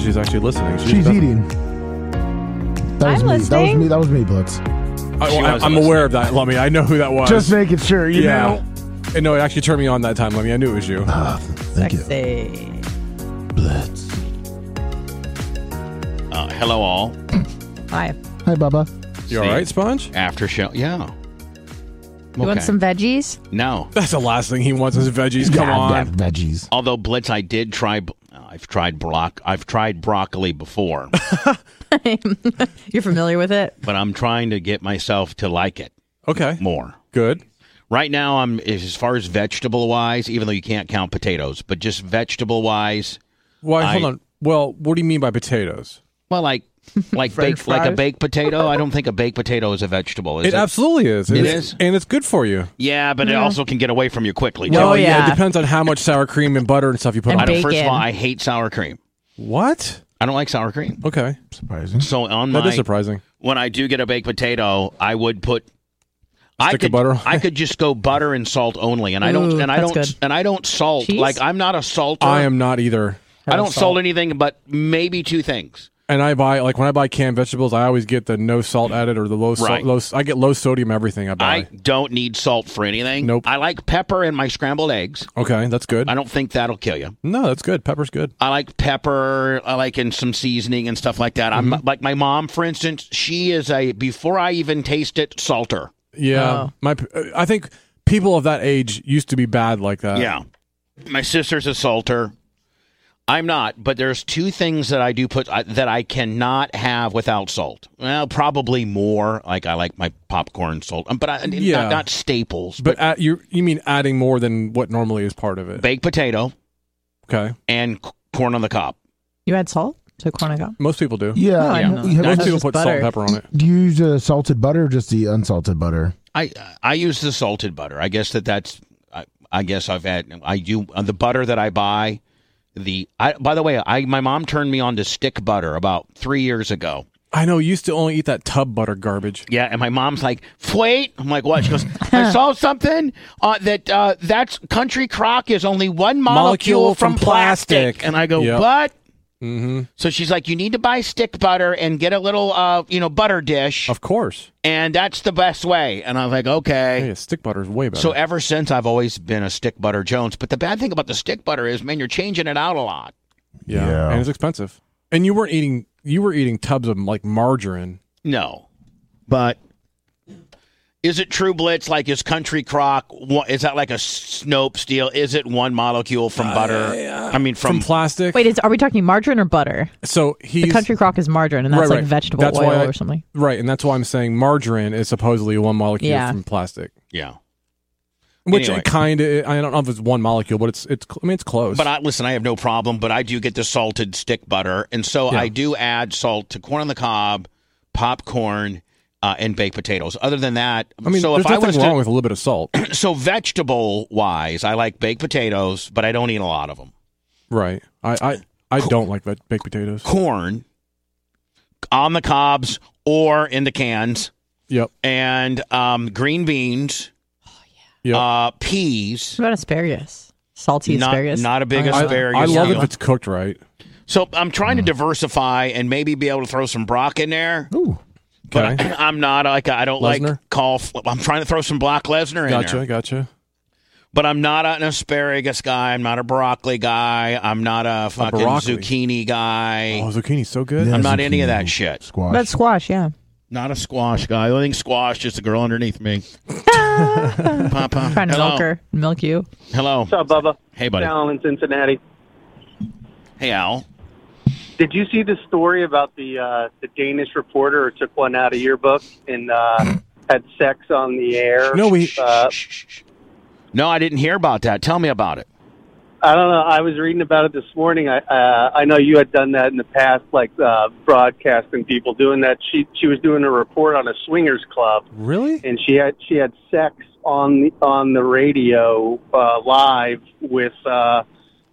she's actually listening. She's, She's def- eating. That was I'm me. That was listening. me. That was me, Blitz. I, She was am aware of that, Lummy. I know who that was. Just making sure, you yeah. know. And no, it actually turned me on that time, Lummy. I knew it was you. Ah, thank you. Sexy. Blitz. Uh, hello, all. Five. Hi, Bubba. You all right, Sponge? After show. Yeah. You want some veggies? No. That's the last thing he wants is veggies. Come Yeah, on. ve- Veggies. Although Blitz, I did try. b- uh, I've tried brock. I've tried broccoli before, You're familiar with it? but I'm trying to get myself to like it Okay. more. Good. Right now, I'm as far as vegetable wise, even though you can't count potatoes, but just vegetable wise, Why? Hold I- on. Well, what do you mean by potatoes? well, like like French baked, like a fries? baked potato. I don't think a baked potato is a vegetable. Is It, it? absolutely is. It It's- is? and it's good for you. yeah, but it also can get away from you quickly. Oh, too. Well, It yeah. depends on how much sour cream and butter and stuff you put And I on. it. don't, first of Bacon. all, I hate sour cream. What? I don't like sour cream. Okay, Surprising. So on that is my surprising. when I do get a baked potato, I would put I Stick of could butter on I could just go butter and salt only, and I don't Ooh, and I that's don't good. and I don't salt. Cheese? Like I'm not a salter. I am not either. I don't salt anything, but maybe two things. And I buy like when I buy canned vegetables, I always get the no salt added or the low salt. Right. Low, I get low sodium everything I I buy. don't need salt for anything. Nope. I like pepper in my scrambled eggs. okay, that's good. I don't think that'll kill you. no, that's good. Pepper's good. I like pepper. I like in some seasoning and stuff like that. Mm-hmm. I'm like my mom, for instance. She is a before I even taste it, salter. Oh. Yeah, my p- uh, I think people of that age used to be bad like that. yeah. Uh, My sister's a salter. I'm not, but there's two things that I do put I, that I cannot have without salt. Well, probably more. Like I like my popcorn salt, um, but I, Yeah. not, not staples. but at, you you mean adding more than what normally is part of it? Baked potato Okay, and c- corn on the cob. You add salt to cornucopia? most people do. Yeah. I w- don't you have- know. Most That's people just put salt butter. and pepper on it. do you use the salted butter or just the unsalted butter? I I use the salted butter. I guess that that's. I, I guess I've had. I do uh, the butter that I buy. The I by the way, I my mom turned me on to stick butter about three years ago. I know. You used to only eat that tub butter garbage. Yeah, and my mom's like, "Wait," I'm like, "What?" She goes, "I saw something uh, that uh, that's country crock is only one molecule, Molecule from, from plastic. plastic. and I go, Yep. "What?" Mm-hmm. So she's like, "You need to buy stick butter and get a little, uh, you know, butter dish, Of course. and that's the best way." And I'm like, "Okay." Yeah, stick butter is way better. So ever since I've always been a stick butter Jones, but the bad thing about the stick butter is, man, you're changing it out a lot. yeah. Yeah. and it's expensive. And you weren't eating. You were eating tubs of like margarine. No, but is it true, Blitz? Like, is country crock? wha- Is that like a Snopes deal? Is it one molecule from butter? I mean, From from, plastic. Wait, is, are we talking margarine or butter? so he's The country crock is margarine, and that's Right, like right. vegetable That's oil why I- or something. right, and that's why I'm saying margarine is supposedly one molecule Yeah. from plastic, yeah. which Anyway. it kind of. I don't know if it's one molecule, but it's it's. cl- I mean, it's close. But I, listen, I have no problem. But I do get the salted stick butter, and so I do add salt to corn on the cob, popcorn, uh, and baked potatoes. Other than that, I mean, so there's if I nothing was wrong to, with a little bit of salt, so vegetable wise, I like baked potatoes, but I don't eat a lot of them. right? I I, I don't like veg- baked potatoes. Corn on the cobs or in the cans, Yep. and um, green beans, Yep. uh, peas. What about asparagus? Salty Not, asparagus? not a big I, asparagus. I love deal. if it's cooked right. So I'm trying to diversify and maybe be able to throw some brock in there. Ooh. But Okay. I'm not like I don't Lesnar? like call. I'm trying to throw some Brock Lesnar in Gotcha. there, Gotcha. but I'm not an asparagus guy. I'm not a broccoli guy. I'm not a fucking broccoli. zucchini guy. Oh, zucchini's so good. Yeah, I'm not any of zucchini, that shit. Squash. That's squash, yeah. Not a squash guy. The only thing squash is the girl underneath me. Papa, Trying to hello, milk her, milk you. hello. What's up, Bubba? Hey, buddy. Alan in Cincinnati. Hey, Al. Did you see the story about the uh, the Danish reporter who took one out of your book and uh, had sex on the air? No, we- Uh, No, I didn't hear about that. Tell me about it. I don't know. I was reading about it this morning. I uh, I know you had done that in the past, like uh, broadcasting people doing that. She she was doing a report on a swingers club, Really? and she had she had sex on the on the radio uh, live with. Uh,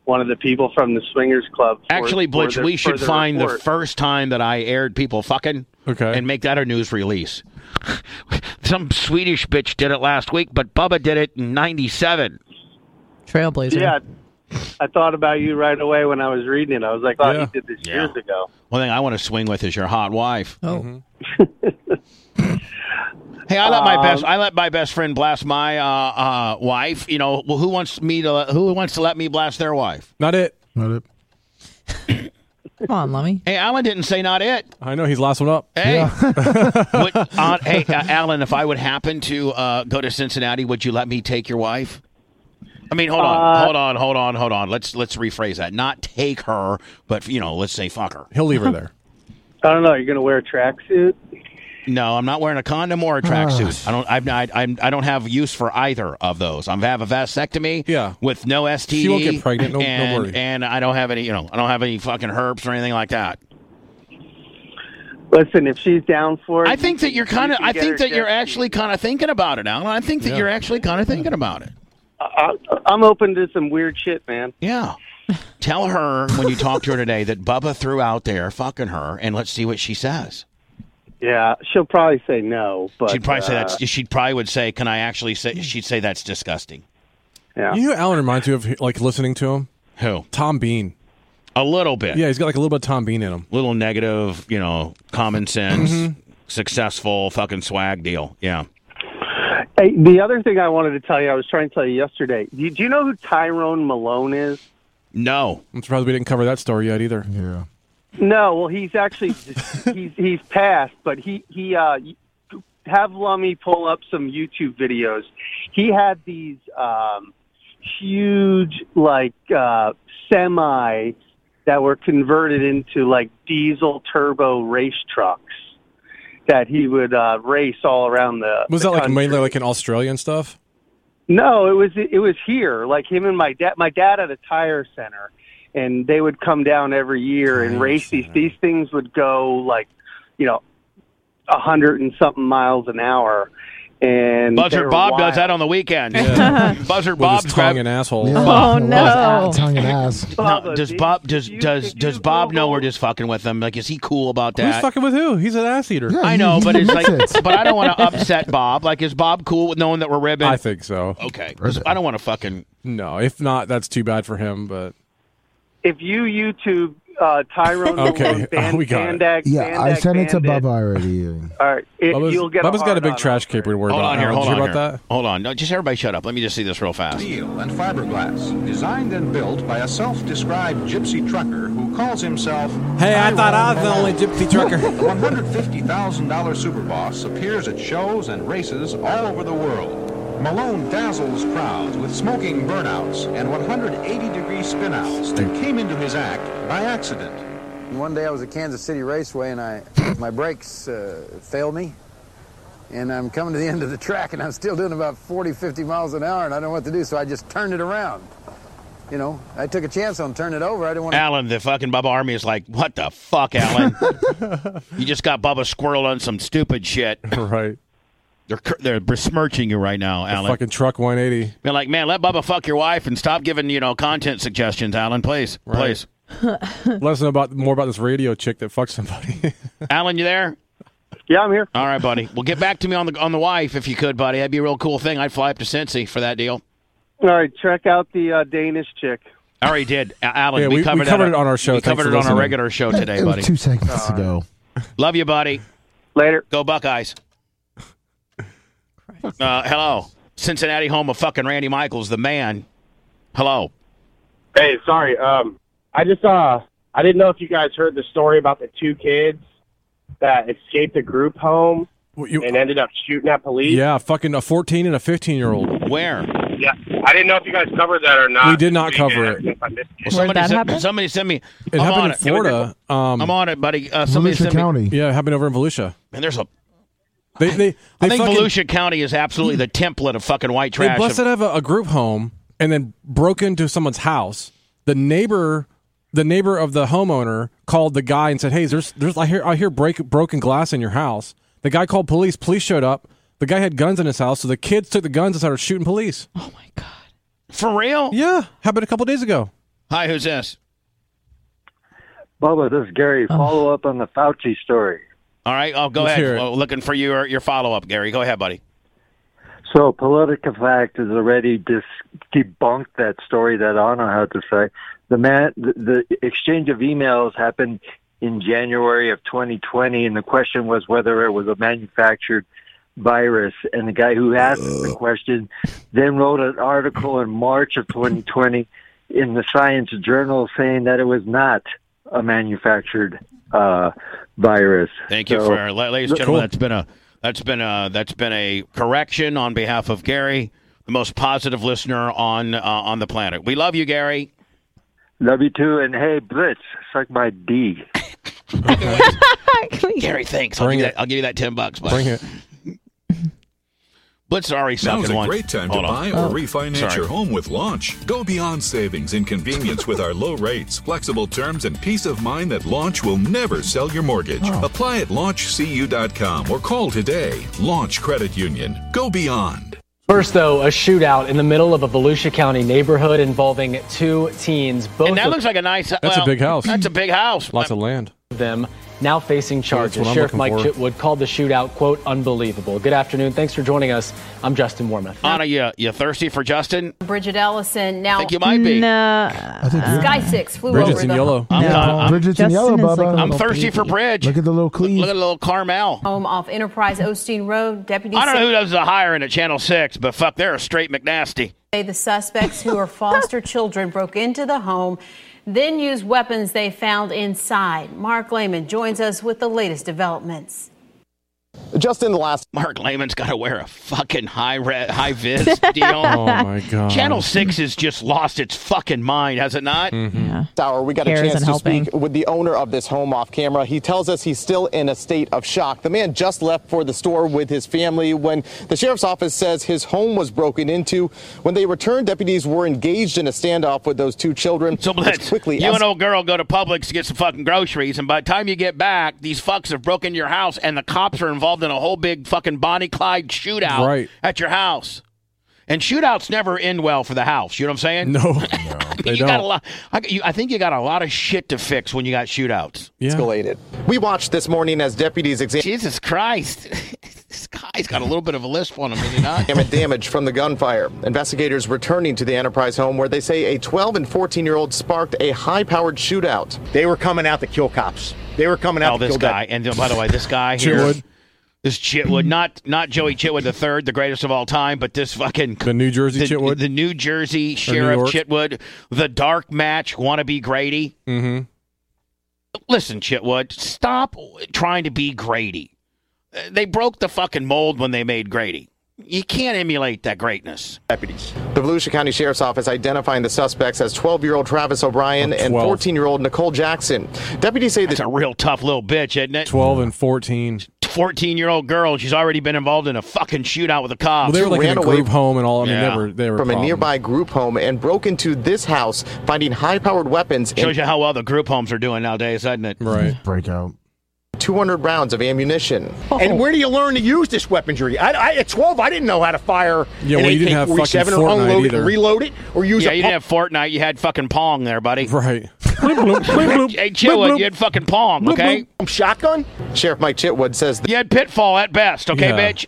one of the people from the swingers club. for- Actually, for Blitch, the- we for should find report. the first time that I aired people fucking. Okay. and make that a news release. Some Swedish bitch did it last week, but Bubba did it in '97. Trailblazer. Yeah, I thought about you right away when I was reading it. I was like, oh, Yeah. he did this Yeah. years ago. One thing I want to swing with is your hot wife. Oh, Hey, I let my Um, best I let my best friend blast my uh, uh, wife. You know, well, who wants me to who wants to let me blast their wife? Not it. Not it. come on, Lummy. Hey, Alan didn't say not it. I know he's last one up. Hey, would, uh, hey, uh, Alan, if I would happen to uh, go to Cincinnati, would you let me take your wife? I mean, hold on, Uh, hold on, hold on, hold on. Let's let's rephrase that. Not take her, but you know, let's say fuck her. He'll leave her there. I don't know. You're going to wear a tracksuit? No, I'm not wearing a condom Ah. or a tracksuit. I don't. I've, I, I'm. I don't have use for either of those. I'm have a vasectomy. Yeah. With no STD. She won't get pregnant, no- don't and, worry. And I don't have any. You know, I don't have any fucking herpes or anything like that. Listen, if she's down for it, I you think that can- you're kind you of. can I get her think that you're jet ski. actually kind of thinking about it, Alan. I think that Yeah. you're actually kind of thinking about it. I, I'm open to some weird shit, man. Yeah. Tell her when you talk to her today that Bubba threw out there fucking her, and let's see what she says. Yeah, she'll probably say no, but she'd probably say uh, that's. She'd probably would say, "Can I actually say?" She'd say that's disgusting. Yeah. You know who Alan reminds you of, like, listening to him? Who? Tom Bean. A little bit. Yeah, he's got, like, a little bit of Tom Bean in him. little negative, you know, common Mm-hmm. sense, successful fucking swag deal. Yeah. Hey, the other thing I wanted to tell you, I was trying to tell you yesterday. Do you, do you know who Tyrone Malone is? No. I'm surprised we didn't cover that story yet either. Yeah. No, well, he's actually he's he's passed, but he he uh, have Lummy pull up some YouTube videos. He had these um, huge like uh, semi that were converted into like diesel turbo race trucks that he would uh, race all around the. Was the that, like, country. mainly, like, in Australian stuff? No, it was it was here. Like him and my dad. My dad had a tire center, and they would come down every year and Tire race these. center. These things would go like, you know, a hundred and something miles an hour. And they Buzzard were Bob wild. does that on the weekend. Buzzard With Bob his tongue and grab- asshole. Yeah. Oh, It was no. out, Tongue and ass. no, does Bubba, Bob if does you- does if you does Bob know Google- we're just fucking with him? Like, is he cool about Who's that? fucking with who? He's an ass eater. Yeah, I he- know, he but it's like, admits it. but I don't want to upset Bob. Like, is Bob cool with knowing that we're ribbing? I think so. okay, 'Cause I don't want to fucking. No, if not, that's too bad for him. But If you YouTube uh, Tyrone Okay, Malone, uh, Band, we got it. Bandag, Yeah, I Bandag sent it to Bandit, Bubba already. All right, it, Bubba's, you'll get. a Bubba's got a hard big on trash over it. caper to worry Hold about. on here, Alan. hold Did on you hear here. about that? Hold on, no, just everybody shut up. Let me just see this real fast. steel and fiberglass, designed and built by a self-described gypsy trucker who calls himself. gypsy trucker. One hundred fifty thousand dollar superboss appears at shows and races all over the world. Malone dazzles crowds with smoking burnouts and 180 degree spinouts that came into his act by accident. One day I was at Kansas City Raceway and I my brakes uh, failed me. And I'm coming to the end of the track and I'm still doing about 40, 50 miles an hour and I don't know what to do, so I just turned it around. You know, I took a chance on turning it over. I didn't want to Alan, the fucking Bubba Army is like, what the fuck, Alan? you just got Bubba squirreled on some stupid shit. right. They're cur- they're besmirching you right now, Alan. Fucking truck 180. They're like, man, let Bubba fuck your wife and stop giving you know content suggestions, Alan. Please, please, Let us know about more about this radio chick that fucked somebody. Alan, you there? Yeah, I'm here. All right, buddy. Well, get back to me on the on the wife if you could, buddy. That'd be a real cool thing. I'd fly up to Cincy for that deal. All right, check out the uh, Danish chick. I already did, A- Alan. Yeah, we, we- we covered, covered that it on our show. We Thanks covered it for on our listening. regular show today, it buddy. was two seconds ago. Love you, buddy. Later. Go Buckeyes. Uh, hello, Cincinnati, home of fucking Randy Michaels, the man. Hello. Hey, sorry. Um, I just uh, I didn't know if you guys heard the story about the two kids that escaped a group home Well, you- and ended up shooting at police. yeah, fucking a 14 and a 15 year old. Where? Yeah. I didn't know if you guys covered that or not. We did not cover Yeah, it. if I missed it. Well, somebody that sent, happen? Somebody sent me. I'm It on happened in It was- Florida. Um, I'm on it, buddy. Uh, somebody Volusia sent me. County. yeah, it happened over in Volusia. Man, there's a. They, they, they I think fucking, Volusia County is absolutely the template of fucking white They trash. busted out of a, a group home and then broke into someone's house. The neighbor, the neighbor of the homeowner, called the guy and said, "Hey, there's, there's, I hear, I hear break, broken glass in your house." The guy called police. Police showed up. The guy had guns in his house, so the kids took the guns and started shooting police. Oh my god. For real? Yeah, happened a couple days ago. Hi, who's this? Bubba, this is Gary. Follow up on the Fauci story. All right, I'll go Oh. Let's ahead. hear it. Well, looking for your your follow up, Gary. Go ahead, buddy. So PolitiFact has already dis- debunked that story that I don't know how to say. The man, the, the exchange of emails happened in January of 2020, and the question was whether it was a manufactured virus. And the guy who asked the question then wrote an article in March of 2020 in the Science Journal saying that it was not a manufactured uh, virus. Thank you So- for, la- ladies and gentlemen. That's been a that's been a that's been a correction on behalf of Gary, the most positive listener on uh, on the planet. We love you, Gary. Love you too, and hey, Blitz, suck my D. Gary, thanks. I'll, Bring give you it. that, I'll give you that ten bucks. Bud. Bring it. Blitz already Now's sucking a one. great time Hold to on. buy or refinance Sorry. your home with Launch. Go beyond savings and convenience with our low rates, flexible terms, and peace of mind that Launch will never sell your mortgage. Apply at launchcu.com or call today. Launch Credit Union. Go beyond. First, though, a shootout in the middle of a Volusia County neighborhood involving two teens, both And that of looks like a nice. That's a big house. That's a big house. Lots of land. them now facing what charges. I'm Sheriff Mike looking for. Chitwood called the shootout, quote, unbelievable. Good afternoon. Thanks for joining us. I'm Justin Warmoth. Anna, you you thirsty for Justin? Bridget Ellison now. I think you might be. Nah. I Uh, think you're- Sky Six flew Bridget's over in the yellow. I'm No. not. I'm, Bridget's Justin in yellow, is like Bubba. a- I'm thirsty for Bridge. Look at the little cleaves. Look at little Carmel. Oh, home off Enterprise Osteen Road. Deputies I don't know who does the hiring at Channel Six, but fuck, they're a straight McNasty. say the suspects who are foster children broke into the home, then used weapons they found inside. Mark Lehman joins us with the latest developments. Just in the last Mark Lehman's got to wear a fucking high red, high vis deal. Oh my god. Channel Six has just lost its fucking mind, has it not? Hmm. Yeah. hour, we got Care a chance isn't to helping. speak with the owner of this home off camera. He tells us he's still in a state of shock. The man just left for the store with his family when the sheriff's office says his home was broken into. When they returned, deputies were engaged in a standoff with those two children. So which Blitz, quickly you and escalated. old girl go to Publix to get some fucking groceries, and by the time you get back, these fucks have broken your house, and the cops are involved in a whole big fucking Bonnie Clyde shootout Right. at your house. And shootouts never end well for the house. You know what I'm saying? No. they you don't. got a lot. I, you, I think you got a lot of shit to fix when you got shootouts. yeah. We watched this morning as deputies examined. Jesus Christ, this guy's got a little bit of a lisp on him, does he not? damage damage from the gunfire. Investigators returning to the Enterprise home where they say a 12 and 14 year old sparked a high powered shootout. They were coming out to kill cops. They were coming Oh, this guy. And then, by the way, this guy here, Chitwood. this Chitwood, not not Joey Chitwood the third, the greatest of all time, but this fucking The New Jersey the, Chitwood. the New Jersey Sheriff York. Chitwood, the dark match wannabe Grady. mm-hmm. Listen, Chitwood, stop trying to be Grady. Uh, They broke the fucking mold when they made Grady. You can't emulate that greatness. deputies. The Volusia County Sheriff's Office identifying the suspects as 12 year old Travis O'Brien Oh, and 12. 14 year old Nicole Jackson. Deputies say It's the a real tough little bitch, isn't it? Twelve and fourteen. 14 year old girl, she's already been involved in a fucking shootout with a cop. Well, they were like in ran a away- group home and all. I mean, Yeah. they were they were from a problems. nearby group home and broke into this house, finding high powered weapons Shows and you how well the group homes are doing nowadays, doesn't it? right. Breakout. 200 rounds of ammunition. Oh. And where do you learn to use this weaponry? I, I, at 12, I didn't know how to fire Yeah, well, you didn't have fucking or Fortnite unload it either, and reload it or use Yeah, a you didn't have Fortnite. You had fucking Pong there, buddy. right? Bloop, bloop, bloop, bloop, Hey, chill bloop, it. You had fucking Pong, okay? pump shotgun. Sheriff Mike Chitwood says You had Pitfall at best, okay, Yeah. bitch?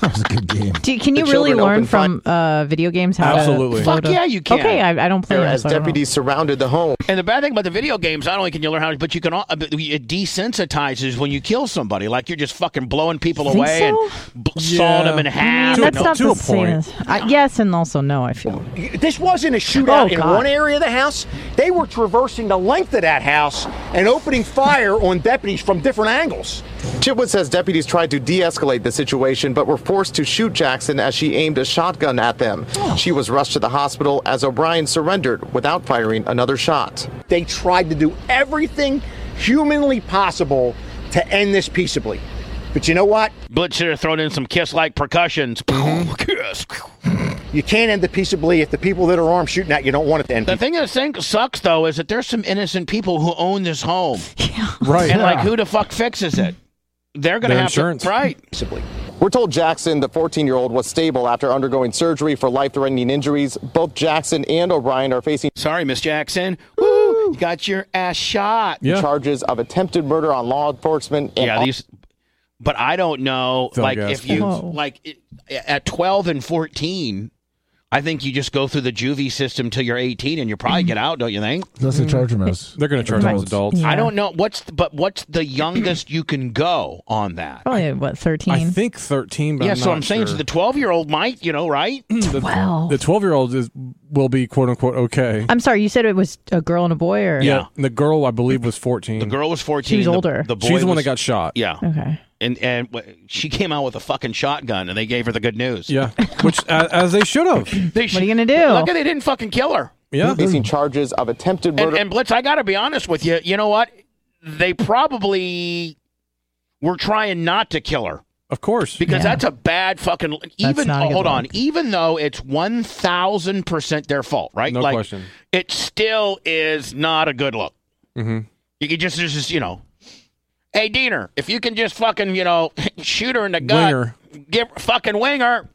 That was a good game. Do, can you The really children learn open fire- from uh, video games how Absolutely. to float Fuck a- yeah, you can. Okay, I, I don't play there them, as so I don't know. deputies surrounded the home. And the bad thing about the video games, not only can you learn how to, but you can, al- uh, but it desensitizes when you kill somebody. Like you're just fucking blowing people Think away so? and b- sawing Yeah. them in half. Mm, To a- that's no, not to the a same point. as I, yes and also no. I feel This wasn't a shootout Oh, in God. one area of the house. They were traversing the length of that house and opening fire on deputies from different angles. Chitwood says deputies tried to de escalate the situation but were forced to shoot Jackson as she aimed a shotgun at them. Oh. She was rushed to the hospital as O'Brien surrendered without firing another shot. They tried to do everything humanly possible to end this peaceably. But you know what? Blitz should have thrown in some kiss-like percussions. Mm-hmm. Kiss. You can't end it peaceably if the people that are armed shooting at you don't want it to end. The thing that think- sucks though is that there's some innocent people who own this home, right. and like who the fuck fixes it? They're gonna Their have insurance. to right. peaceably. We're told Jackson, the 14 year old, was stable after undergoing surgery for life threatening injuries. Both Jackson and O'Brien are facing Sorry, Miss Jackson. Woo! You got your ass shot. Yeah. charges of attempted murder on law enforcement and Yeah, these But I don't know, Phil like Gask. if you Whoa. like it, at twelve and fourteen, I think you just go through the juvie system till you're eighteen, and you Mm-hmm. probably get out, don't you think? That's the charge them as. They're going to charge them as adults. I don't know what's the, but what's the youngest you can go on that? Probably what thirteen. I think thirteen. But yeah, I'm so not I'm saying sure. so the twelve year old might, you know, right? the, the twelve-year-old is will be quote unquote okay. I'm sorry, you said it was a girl and a boy, or Yeah, and the girl I believe was fourteen. The girl was fourteen. She was older. The boy She's the one was- that got shot. Yeah. Okay. And and wh- she came out with a fucking shotgun, and they gave her the good news. Yeah, which uh, as they should have. They what are you gonna do? Look, they didn't fucking kill her. Yeah. Facing charges of attempted murder. And, and Blitz, I got to be honest with you. You know what? They probably were trying not to kill her. Of course, because that's a bad fucking. Even not a good hold on, look. even though it's one thousand percent their fault, right? No Like, question. It still is not a good look. Mhm. You can just, there's just you know, hey Diener, if you can just fucking you know shoot her in the gut, Winger. give fucking winger.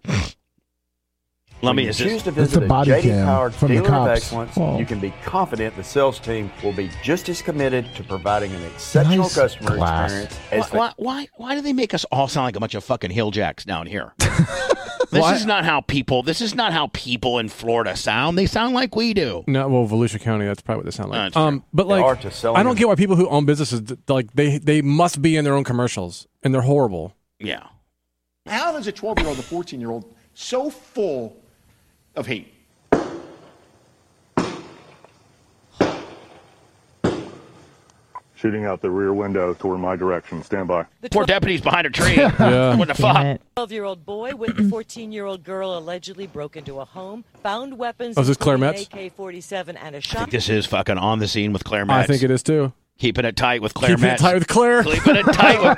Let me choose assist. to visit the body a JD cam Powered from the dealer of cops. excellence, Whoa. you can be confident the sales team will be just as committed to providing an exceptional Nice customer glass. experience Why, as they why, why, why do they make us all sound like a bunch of fucking hill jacks down here? this is not how people. This is not how people in Florida sound. They sound like we do. No, well, Volusia County. That's probably what they sound No, like. it's um, but like, art is selling I don't it. get why people who own businesses th- like they they must be in their own commercials and they're horrible. Yeah. How is a 12 year old, a 14 year old, so full of hate? Shooting out the rear window toward my direction. Stand by. Poor deputies behind a tree. Yeah. What the fuck? 12 year old boy with the 14 year old girl allegedly broke into a home, found weapons. Oh, is this Claire including AK 47 and a I shotgun. think this is fucking on the scene with Claire I Metz. think it is too. Keeping it tight with Claire Keeping it Metz. tight with Claire. Keeping it tight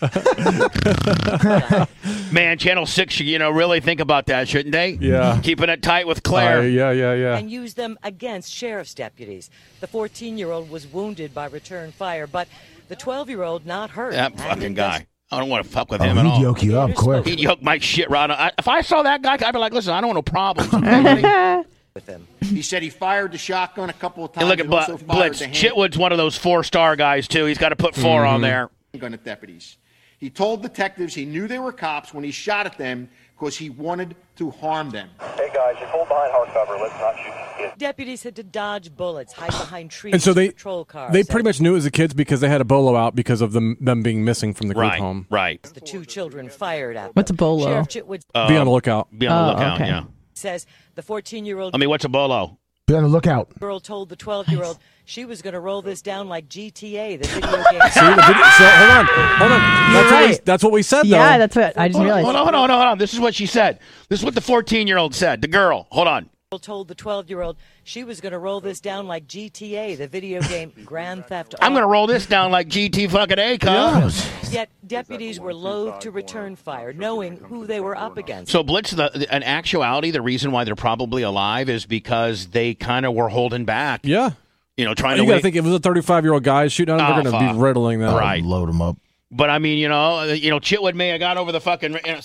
with Claire. Man, Channel 6 should, you know, really think about that, shouldn't they? Yeah. Keeping it tight with Claire. Uh, yeah, yeah, yeah. and used them against sheriff's deputies. The 14 year old was wounded by return fire, but the 12 year old not hurt. That And fucking invest- guy. I don't want to fuck with Oh, him at he'd all. yoke you up quick. He'd yoke my shit right up. I- If I saw that guy, I'd be like, listen, I don't want no problems. with him. He said he fired the shotgun a couple of times. And look at and also Bu- fired Blitz. the hand- Chitwood's one of those four star guys, too. He's got to put 4 on Mm-hmm. Mhm. there. Gun at deputies. He told detectives he knew they were cops when he shot at them because he wanted to harm them. Hey guys, just hold behind hard cover. Let's not shoot these kids. Deputies had to dodge bullets, hide behind trees, And so they patrol cars. they pretty much knew it was the kids because they had a bolo out because of them them being missing from the group Right, home. Right. The two children fired at What's a bolo? Sheriff Chitwood be on the lookout. Be on the lookout, yeah. says the 14 year old I mean, what's a bolo? Be on the lookout. girl told the 12 year old she was going to roll this down like GTA, the video game. See, the video, so hold on, hold on. That's, what we, that's what we said. though. Yeah, that's what I just Hold on, realized. hold on, hold on, hold on. This is what she said. This is what the 14 year old said. The girl. Hold on. girl told the 12 year old she was going to roll this down like GTA, the video game Grand Theft Auto. I'm going to roll this down like GT fucking A, cuz. Yet deputies were loath to return fire, knowing who they were up against. So, Blitz, the, the, in actuality, the reason why they're probably alive is because they kind of were holding back. Yeah. You know, trying to you gotta wait. think if it was a 35 year old guy shooting at him, Oh, they're gonna fuck. be riddling them. Right. load them up. but I mean, you know, uh, you know, Chitwood may have got over the fucking. You know,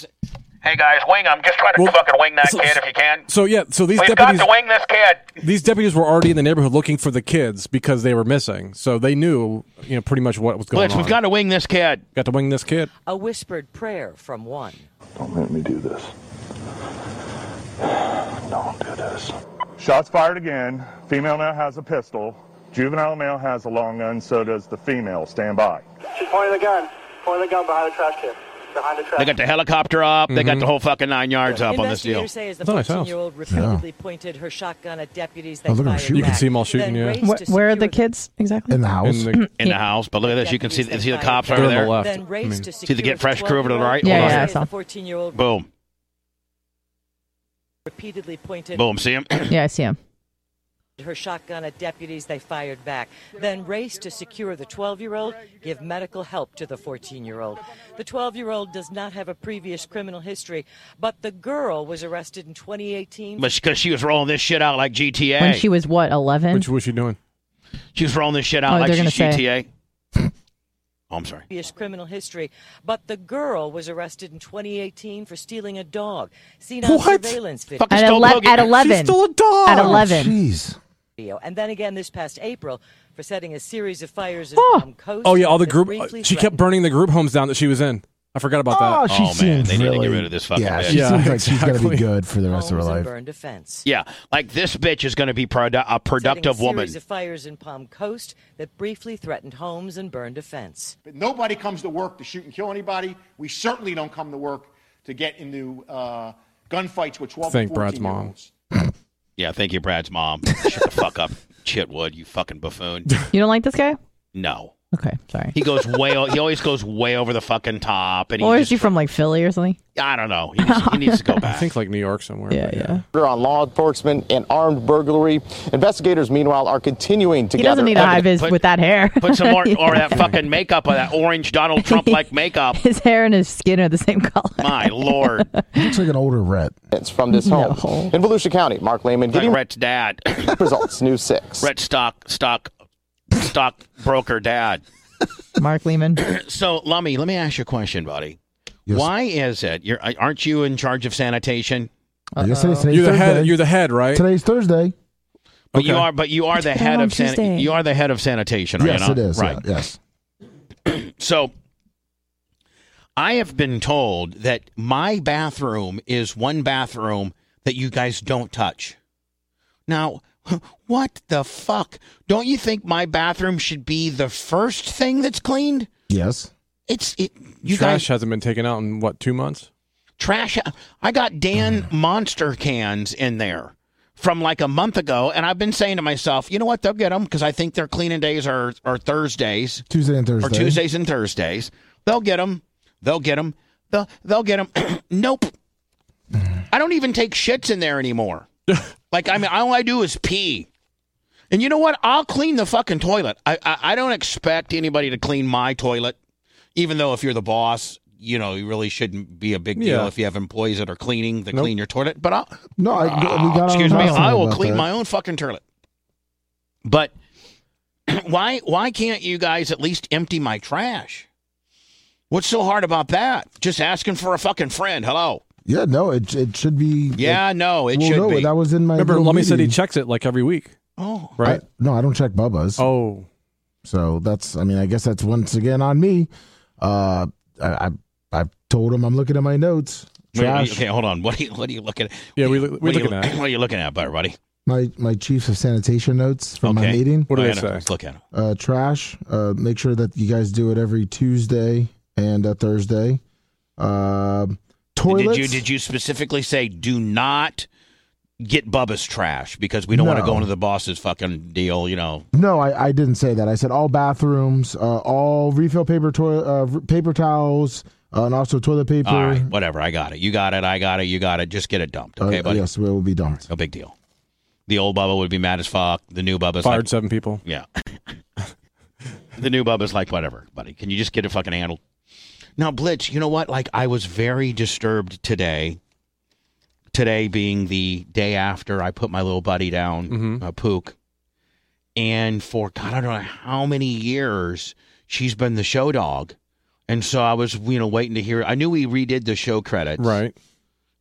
hey, guys, wing him. Just trying to fucking wing that kid if you can. So yeah, so these We've deputies got to wing this kid. these deputies were already in the neighborhood looking for the kids because they were missing. So they knew, you know, pretty much what was going Blitz, on. we've got to wing this kid. Got to wing this kid. A whispered prayer from one. Don't make me do this. Don't do this. Shots fired again. Female now has a pistol. Juvenile male has a long gun. So does the female. Stand by. She's pointing the gun. Pointing the gun behind the trash can. Behind the trash They got the helicopter up. They Mm-hmm. got the whole fucking nine yards up on this deal. Investigators say as the It's a nice house. 14 year old repeatedly pointed her shotgun at deputies that Oh, look at them fired shooting. You can back, see 'em all shooting, then yeah. raced Wh- to Where are the kids exactly? In the house. In the- in the house. But look at this. You can see see the cops They're over on the there. left. Then raced to See the secure get fresh crew over to the 12-year-old. right. Yeah, Hold on. yeah, I saw. The 14-year-old Boom, repeatedly pointed boom. See him. Yeah, I see him. her shotgun at deputies they fired back then raced to secure the 12-year-old give medical help to the 14-year-old the 12-year-old does not have a previous criminal history but the girl was arrested in 2018 But because she was rolling this shit out like GTA. When she was what eleven? Which was she doing? She was rolling this shit Oh, out like they're she's gonna say. GTA. Oh, I'm sorry. previous criminal history but the girl was arrested in 2018 for stealing a dog seen on What? surveillance video At, ele- at eleven. At Oh, eleven. Video. and then again this past april for setting a series of fires in Palm Coast Oh yeah, all the that group. briefly She kept burning the group homes down that she was in. I forgot about Oh, that. she seems they need to really, get rid of this fucking Yeah, bitch. she Yeah, seems like she's gonna exactly. be good for the rest of her Homes and life. burned a fence. Yeah, like this bitch is going to be produ- a setting productive a woman. series of fires in Palm Coast that briefly threatened homes and burned a fence. But nobody comes to work to shoot and kill anybody. We certainly don't come to work to get into uh, gunfights with 12 Thank and Brad's 14 year mom. olds. Yeah, thank you, Brad's mom. Shut the fuck up, Chitwood, you fucking buffoon. You don't like this guy? No, Okay, sorry. he goes way. o- he always goes way over the fucking top, and he Or is just, he from like Philly or something? I don't know. He needs, he needs to go I back. think like New York somewhere. Yeah, but yeah. Murder on law enforcement and armed burglary. Investigators, meanwhile, are continuing to He gather doesn't need a high evidence- vis with that hair. Put some more Yeah. or that fucking makeup or that orange Donald Trump like makeup. His hair and his skin are the same color. My lord. Looks like an older rat. It's from this home in Volusia County. Mark Lehman Like getting Rhett's dad. results. News six. Rhett stock stock stock broker dad. Mark Lehman. so, Lummy, let me ask you a question, buddy. Why is it? You're, uh, aren't you in charge of sanitation? Yes, it is. Today's You're the Thursday. head. You're the head, right? Today's Thursday. But you are, but you are the It's been head on of san- Tuesday. you are the head of sanitation. Are you Yes, not? it is. Right. Yeah, yes. So, I have been told that my bathroom is one bathroom that you guys don't touch. Now, what the fuck? Don't you think my bathroom should be the first thing that's cleaned? Yes. It's it. You Trash guys hasn't been taken out in what two months? trash. I got Dan Monster cans in there from like a month ago, and I've been saying to myself, you know what? They'll get them because I think their cleaning days are are Thursdays Tuesday and Thursday. or Tuesdays and Thursdays. They'll get them. They'll get them. They'll they'll get them. nope. I don't even take shits in there anymore. like I mean, all I do is pee. And you know what? I'll clean the fucking toilet. I, I I don't expect anybody to clean my toilet, even though if you're the boss, you know you really shouldn't be a big deal Yeah. if you have employees that are cleaning that clean your toilet. But I'll, No, I, we got on excuse me, last night I will about clean that. my own fucking toilet. But why why can't you guys at least empty my trash? What's so hard about that? Just asking for a fucking friend. Hello. Yeah, no, it it should be. Yeah, no, it well, should no, be. that was in my. Remember, little Lummy said he meeting. checks it like every week. Oh, right. I- no, I don't check Bubba's. Oh, so that's. I mean, I guess that's once again on me. Uh, I I, I told him I'm looking at my notes. Wait, wait, Trash. okay, hold on. What are you what are you looking at? Yeah, we look. we're you, looking at it. What are you looking at, butter buddy? My my chiefs of sanitation notes from my meeting. All right, Let's look at 'em. Uh, trash. Uh, make sure that you guys do it every Tuesday and uh, Thursday. Um toilets. Did you did you specifically say do not get Bubba's trash because we don't want to No. go into the boss's fucking deal? You know, No, I, I didn't say that. I said all bathrooms, uh, all refill paper toi- uh, r- paper towels, uh, and also toilet paper. all right, whatever. I got it. You got it. I got it. You got it. Just get it dumped, okay, Uh, buddy? yes, we will be done. No big deal. The old Bubba would be mad as fuck. The new Bubba's fired like, seven people. yeah. the new Bubba's like, whatever, buddy. Can you just get it fucking handled? Now, Blitz, you know what? Like, I was very disturbed today. Today being the day after I put my little buddy down, uh, Pook. And for God, I don't know how many years she's been the show dog. And so I was, you know, waiting to hear. I knew we redid the show credits. Right.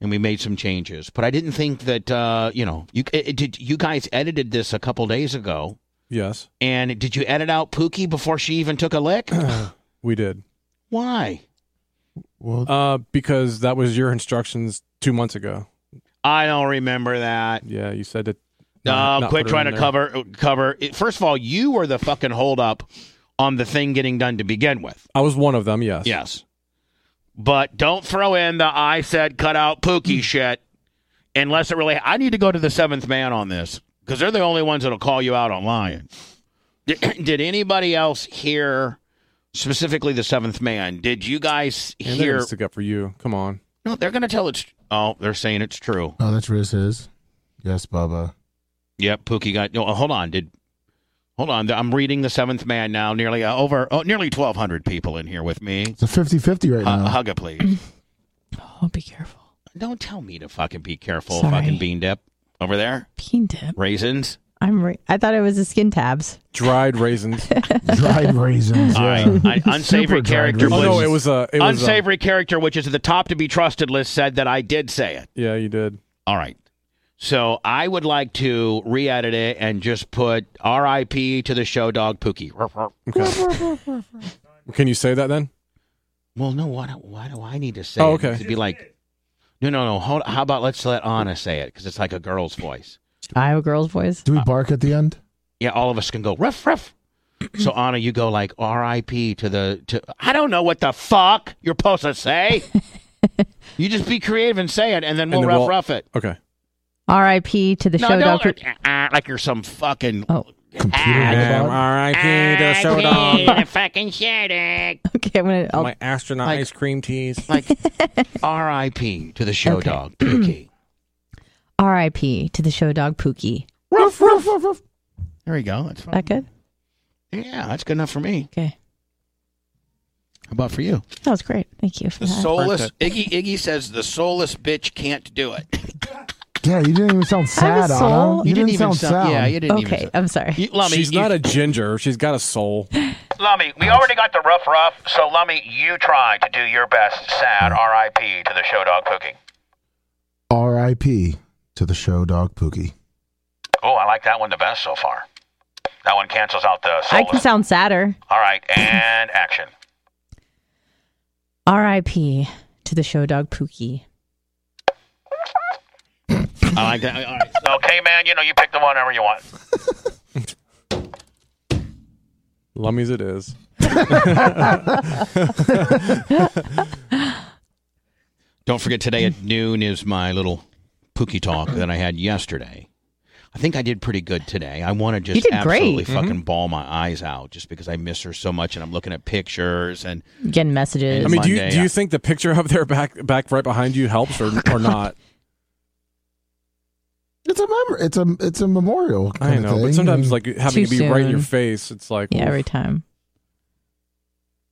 And we made some changes. But I didn't think that, uh, you know, you, it, it- did, you guys edited this a couple days ago. Yes, And did you edit out Pookie before she even took a lick? we did. Why? uh, because that was your instructions two months ago. I don't remember that. Yeah, you said to. No, not- not Uh, quit put her trying to in there. cover cover. It. First of all, you were the fucking holdup on the thing getting done to begin with. I was one of them. Yes. Yes, but don't throw in the I said cut out Pookie shit unless it really. I need to go to the seventh man on this because they're the only ones that'll call you out on lying. Did, did anybody else hear specifically the seventh man? Did you guys And they're hear? gonna stick up for you. Come on. No, they're gonna tell it's. Oh, they're saying it's true. Oh, that's Riz his. Yes, Bubba. Yep, Pookie got. No, uh, hold on. Did hold on. I'm reading the Seventh Man now. Nearly uh, over. Oh, nearly 1,200 people in here with me. It's a 50-50 right Hu- now. hug it, please. Oh, be careful. Don't tell me to fucking be careful. Sorry. Fucking bean dip over there. Bean dip. Raisins. I'm. Re- I thought it was the skin tabs. Dried raisins. dried raisins. All right. I, unsavory character. Oh which- no, it was a. It was uh, a, unsavory character, which is at the top to be trusted list, said that I did say it. Yeah, you did. All right. So I would like to re-edit it and just put R.I.P. to the show dog Pookie. Can you say that then? Well, no. Why do, why do I need to say? Oh, it? okay. To be like, no, no, no. Hold, how about let's let Anna say it because it's like a girl's voice. I have a girl's voice. Do we bark at the end? Yeah, all of us can go ruff ruff. So Anna, you go like R.I.P. to the to. I don't know what the fuck you're supposed to say. you just be creative and say it, and then we'll then rough we'll- rough it. Okay. R.I.P. to the no, show don't doctor. uh, uh, like you're some fucking. Ah, Oh. Yeah, R.I.P. to Ah, the show dog. fucking shit. Okay, I'm gonna. I'll, My astronaut Oh. Like- ice cream teas. Like R.I.P. to the show dog. Pookie. R.I.P. to the show dog Pookie. Ruff, ruff, ruff, ruff. There you go. That's fine. That good? Yeah, that's good enough for me. Okay. How about for you? That was great. Thank you for The that. soulless- Iggy Iggy says the soulless bitch can't do it. Yeah, you didn't even sound sad, Anna. You, didn't, sound sad. okay, I'm sorry. She's not a ginger. She's got a soul. Lummy, we already got the rough rough, so Lummy, you try to do your best. Sad R.I.P. to the show dog Pookie. R.I.P. to the show dog Pookie. Oh, I like that one the best so far. That one cancels out the I soulless. can sound sadder. All right, and action. R.I.P. to the show dog Pookie. Oh, I like that. All right. Okay, man, you know you pick the one ever you want. Lummies it is. Don't forget today at noon is my little Pookie talk that I had yesterday. I think I did pretty good today. I want to just You did great. absolutely Mhm. fucking ball my eyes out just because I miss her so much and I'm looking at pictures and Getting messages. And I mean, do you Monday, do I- you think the picture up there back back right behind you helps or or not? It's a memor. It's a it's a memorial. I kinda know, thing. but mean, sometimes like having to Too be right in your soon. face, it's like yeah, oof. every time.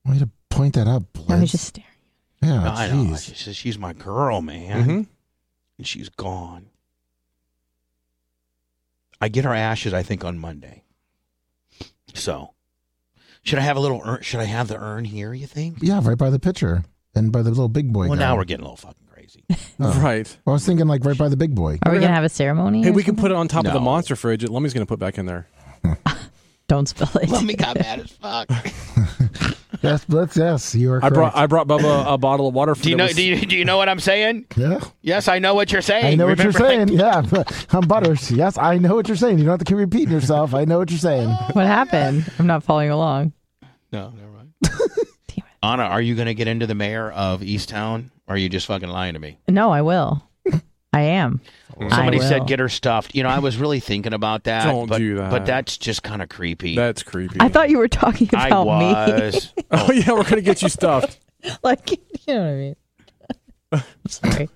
way to point that out. Blitz. I was just staring. Oh, yeah, I know. jeez. She's, she's my girl, man. Mm-hmm. Mhm. And she's gone. I get her ashes, I think, on Monday. So, should I have a little urn? Should I have the urn here, you think? um, Yeah, right by the pitcher and by the little big boy. well, guy. now we're getting a little fucking crazy. Oh. right. Well, I was thinking like right by the big boy. Are we gonna have a ceremony? Hey, or we can something? put it on top of the No. monster fridge. that Lummy's going to put back in there. Don't spill it. Lummy got mad as fuck. Yes, Blitz. Yes, you are. I brought correct. I brought Bubba a bottle of water. For Do you that know? was- Do you, do you know what I'm saying? yeah. Yes, I know what you're saying. I know what you're Remember, like, saying. Yeah, but I'm Butters. Yes, I know what you're saying. You don't have to keep repeating yourself. I know what you're saying. What happened? I'm not following along. No, never mind. Anna, are you going to get into the mayor of Easttown? Or are you just fucking lying to me? No, I will. I am. Somebody I will. said get her stuffed. You know, I was really thinking about that. Don't but, do that. But that's just kind of creepy. That's creepy. I thought you were talking I about me. was. oh yeah, we're going to get you stuffed. like, you know what I mean? I'm sorry.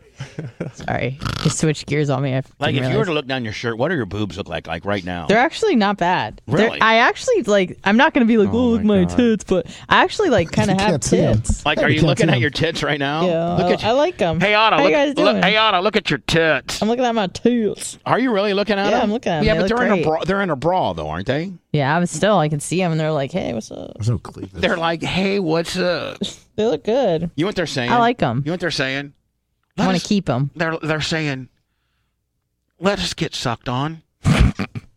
sorry. You switched gears on me. I like, if you didn't were realize. to look down your shirt, what do your boobs look like? Like right now? They're actually not bad. They're- Really? I actually like. I'm not gonna be like, oh, look my tits, but I actually like kind of have can't see 'em. tits. like, are You you can't looking see at 'em. your tits right now? Yeah, Oh, Look I, at you. I like them. Hey Anna, How look, you guys doing? look- hey Anna, look at your tits. I'm looking at my tits. Are you really looking at Yeah, them? I'm looking at Yeah, 'em. but They they're look in a great. bra. They're in a bra though, aren't they? Yeah, but still, I can see them, and they're like, "Hey, what's up? There's no cleavage. They're like, hey, what's up? They look good. You know what they're saying? I like them. You know what they're saying? I Let want us- to keep them." They're they're saying, let us get sucked on.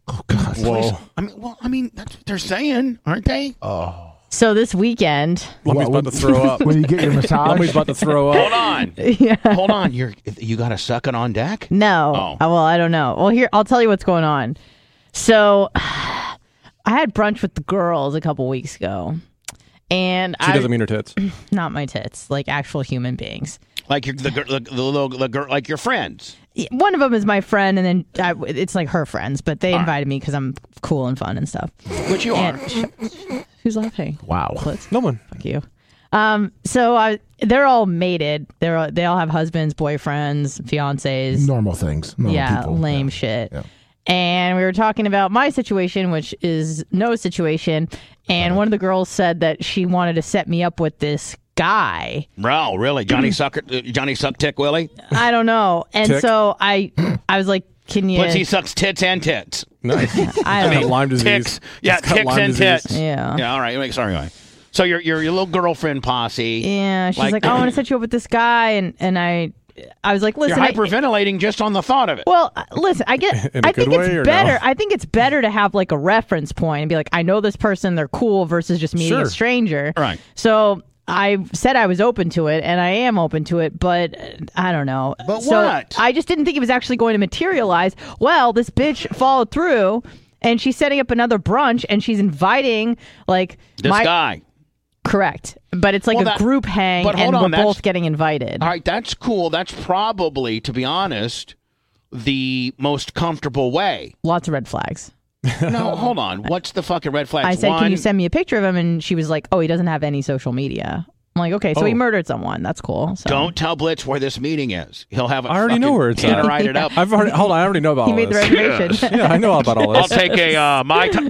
Oh God. Whoa. I mean, well, I mean, that's what they're saying, aren't they? Oh. So this weekend, Lummy's What- about to throw up. When you get your massage. Lummy's about to throw Hold up. on, yeah. hold on. You're you got a sucking on deck? No. Oh. Uh, Well, I don't know. Well, here I'll tell you what's going on. So, I had brunch with the girls a couple weeks ago, and She I doesn't mean her tits. not my tits, like actual human beings. Like you're the gir- the, the, little the girl, like your friends. Yeah, One of them is my friend, and then I, it's like her friends, but they invited me because I'm cool and fun and stuff. Which you are. And who's laughing? Wow. Let's No one. fuck you. Um, so I, they're all mated. They're all, they all have husbands, boyfriends, fiancés. Normal things. Normal yeah, people. lame Yeah. shit. Yeah. And we were talking about my situation, which is no situation. And Uh-huh. one of the girls said that she wanted to set me up with this guy. Wow, really, Johnny Mm. Sucker, uh, Johnny Suck Tick Willie. I don't know. And Tick. so I, I was like, "Can you?" Plus he sucks tits and tits. Nice. I He's don't got know. Lyme disease. Ticks. Yeah, He's got ticks Lyme and disease. tits. Yeah. Yeah. All right. wait, Sorry. All right. So your your your little girlfriend posse. Yeah, she's Like- like, "Oh, "I want to set you up with this guy," and and I, I was like, You're "Listen, I- hyperventilating just on the thought of it. Well, uh, listen, I get. In a I think good way or it's better. no? I think it's better to have like a reference point and be like, I know this person, they're cool, versus just meeting Sure. a stranger. Right. So I said I was open to it, and I am open to it, but uh, I don't know. But So what? I just didn't think it was actually going to materialize. Well, this bitch followed through, and she's setting up another brunch, and she's inviting like This my- guy. Correct, but it's like Well, a that- group hang, but hold and on, we're that's- both getting invited. All right, that's cool. That's probably, to be honest, the most comfortable way. Lots of red flags. no, hold on. What's the fucking red flags? I said, One, "Can you send me a picture of him?" And she was like, "Oh, he doesn't have any social media." I'm like, "Okay, so he Oh. murdered someone. That's cool." So. don't tell Blitz where this meeting is. He'll have. it I already know fucking where it's handwrite at. it up. I've already hold on. I already know about He all made the this. reservation. yeah, I know all about all this. I'll take a uh, my time.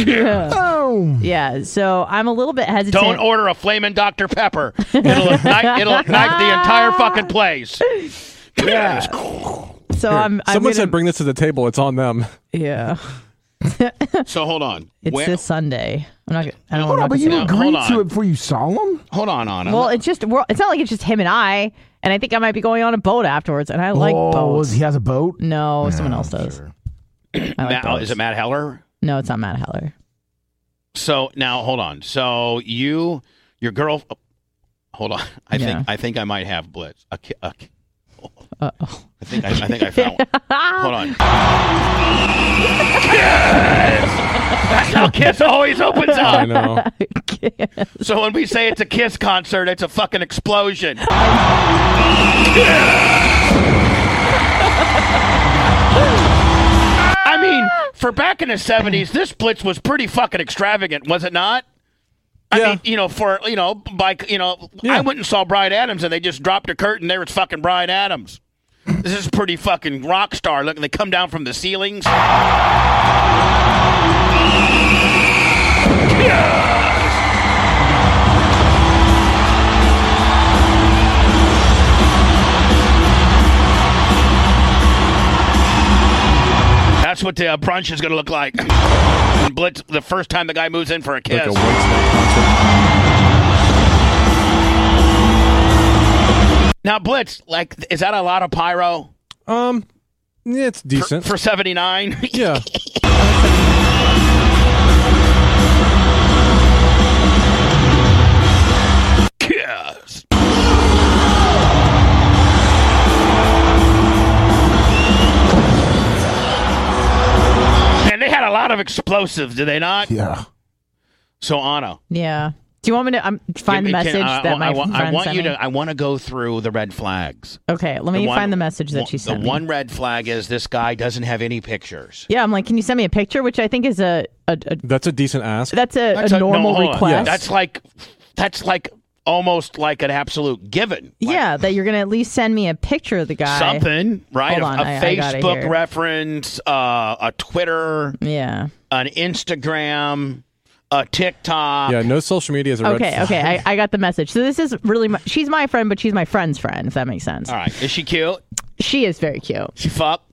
yeah. Oh. Yeah, so I'm a little bit hesitant. Don't order a flaming Dr Pepper. It'll ignite. It'll ignite the entire fucking place. Yeah. So Here, I'm. I'm Someone gonna, said, "Bring this to the table. It's on them." Yeah. so hold on. It's Where- this Sunday. I'm not. Gonna, I don't. Hold I'm on, not but gonna you say- agreed to it before you saw him. Hold on, Anna. Well, it's just. We're, it's not like it's just him and I. And I think I might be going on a boat afterwards. And I like oh, boats. was- he has a boat. No, someone else does. Matt- is it Matt Heller? No, it's not Matt Heller. So now hold on. So you, your girl. oh, hold on. I Yeah. think I think I might have Blitz. A, ki- a, ki- Uh oh. I think I, I think I found one. Hold on. That's how Kiss always opens up. I know. So when we say it's a Kiss concert, it's a fucking explosion. I mean, for back in the seventies, this blitz was pretty fucking extravagant, was it not? I mean, you know, for you know, by you know, I went and saw Brian Adams, and they just dropped a curtain. There was fucking Brian Adams. This is pretty fucking rock star. Look, they come down from the ceilings. That's what the uh, brunch is going to look like. When Blitz, the first time the guy moves in for a kiss. now, Blitz, like, is that a lot of pyro? Um, yeah, it's decent for seventy nine. Yeah. Kiss. And they had a lot of explosives, did they not? Yeah. So Anna, Yeah. Do you want me to um, find the give me- message can- I- that my I, want- friend I want sent you me? to. I want to go through the red flags. Okay, let me one- find the message that one- she sent The me. one red flag is this guy doesn't have any pictures. Yeah, I'm like, can you send me a picture? Which I think is a, a, a That's a decent ask. that's a, a no, normal hold on. request. That's like that's like almost like an absolute given. yeah, that you're gonna at least send me a picture of the guy. Something, right? Hold A- on, a I- I got it Facebook here. reference, uh, a Twitter, Yeah. an Instagram, a TikTok. Yeah, no social media is a red Okay. flag. Okay. I, I got the message. So this is really my, she's my friend, but she's my friend's friend. If that makes sense. All right. Is she cute? She is very cute. She fuck.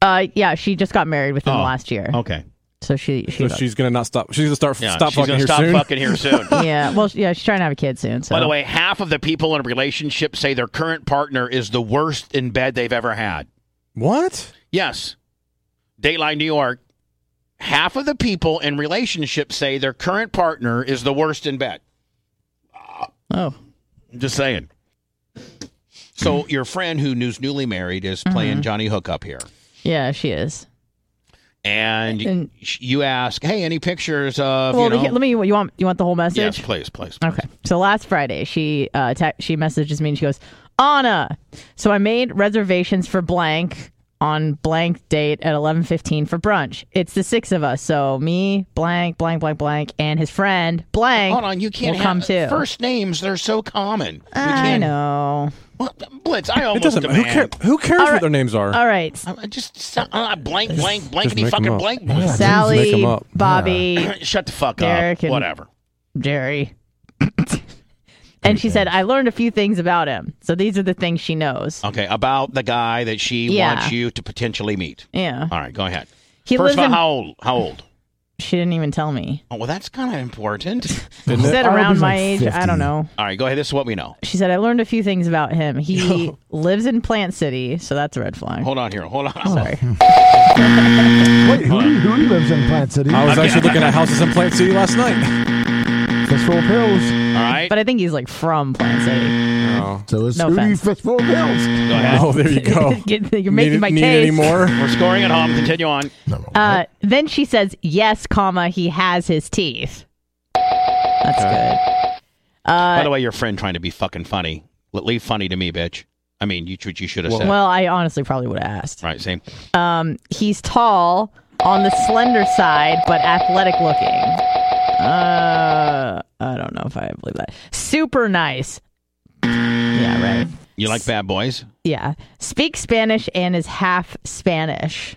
Uh, yeah. She just got married within the Oh, last year. Okay. So she So she's, she's gonna not stop. She's gonna start Yeah, stop she's fucking gonna here stop soon. fucking here soon. yeah. Well, yeah. She's trying to have a kid soon. So By the way, half of the people in a relationship say their current partner is the worst in bed they've ever had. What? Yes. Dateline New York. Half of the people in relationships say their current partner is the worst in bed. Oh. I'm just saying. So your friend who who's newly married is Mm-hmm. playing Johnny Hookup here. yeah, she is. And, And- sh- you ask, hey, any pictures of, well, you know. he- let me. You want you want the whole message? yes, please, please. Okay. So last Friday, she uh, te- she messages me and she goes, "Anna, so I made reservations for blank on blank date at 11:15 for brunch. It's the six of us, so me, blank, blank, blank, blank, and his friend, blank. Hold on, you can't will have come too. first names. They're so common. You I can't- know. Blitz, I almost It doesn't. Who, care, demand. who cares All what their names are? All right, I just uh, blank, blank, blankety make 'em fucking up. blank. Yeah, just make 'em Sally, up. Bobby, Shut the fuck Derek up. and- Whatever. Jerry. and she said, "I learned a few things about him. So these are the things she knows. Okay, about the guy that she Yeah. wants you to potentially meet. Yeah. All right, go ahead. He uh, First lives of all, in- how old? How old? She didn't even tell me. Oh, well, that's kind of important. She said around my age. I don't know." All right, go ahead. This is what we know. She said, I learned a few things about him. He lives in Plant City, so that's a red flag. Hold on here. Hold on. Sorry. Wait, who, who lives in Plant City? I was actually looking at houses in Plant City last night. Fistful of Pills. All right. But I think he's like from Plant City. So it's No Ooty offense. Fistful of Pills. Go ahead. Oh, there you go. Get- You're making my case. We're scoring at home. Continue on. Uh, then she says, "Yes, comma he has his teeth." That's good. Uh, By the way, your friend trying to be fucking funny. Le- Leave funny to me, bitch. I mean, you what you should have said. well, I honestly probably would have asked. right, same. Um, he's tall on the slender side, but athletic looking. Uh, I don't know if I believe that. Super nice. Yeah, right. You like bad boys? Yeah, speaks Spanish and is half Spanish.